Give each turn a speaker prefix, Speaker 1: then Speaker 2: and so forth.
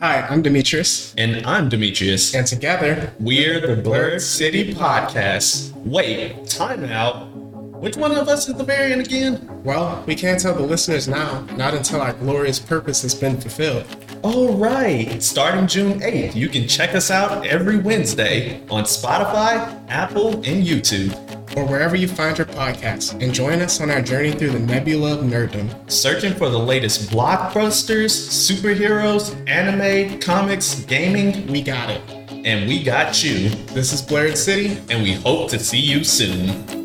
Speaker 1: Hi, I'm Demetrius,
Speaker 2: And I'm Demetrius.
Speaker 1: and together,
Speaker 2: We're the Blurred City Podcast. Wait, time out. Which one of us is the variant again?
Speaker 1: well, we can't tell the listeners now, not until our glorious purpose has been fulfilled.
Speaker 2: All right. Starting June 8th, you can check us out every Wednesday on Spotify, Apple, and YouTube.
Speaker 1: Or wherever you find your podcast, and join us on our journey through the nebula of nerddom.
Speaker 2: Searching for the latest blockbusters, superheroes, anime, comics, gaming,
Speaker 1: We got it.
Speaker 2: and we got you.
Speaker 1: This is Blurred City.
Speaker 2: And we hope to see you soon.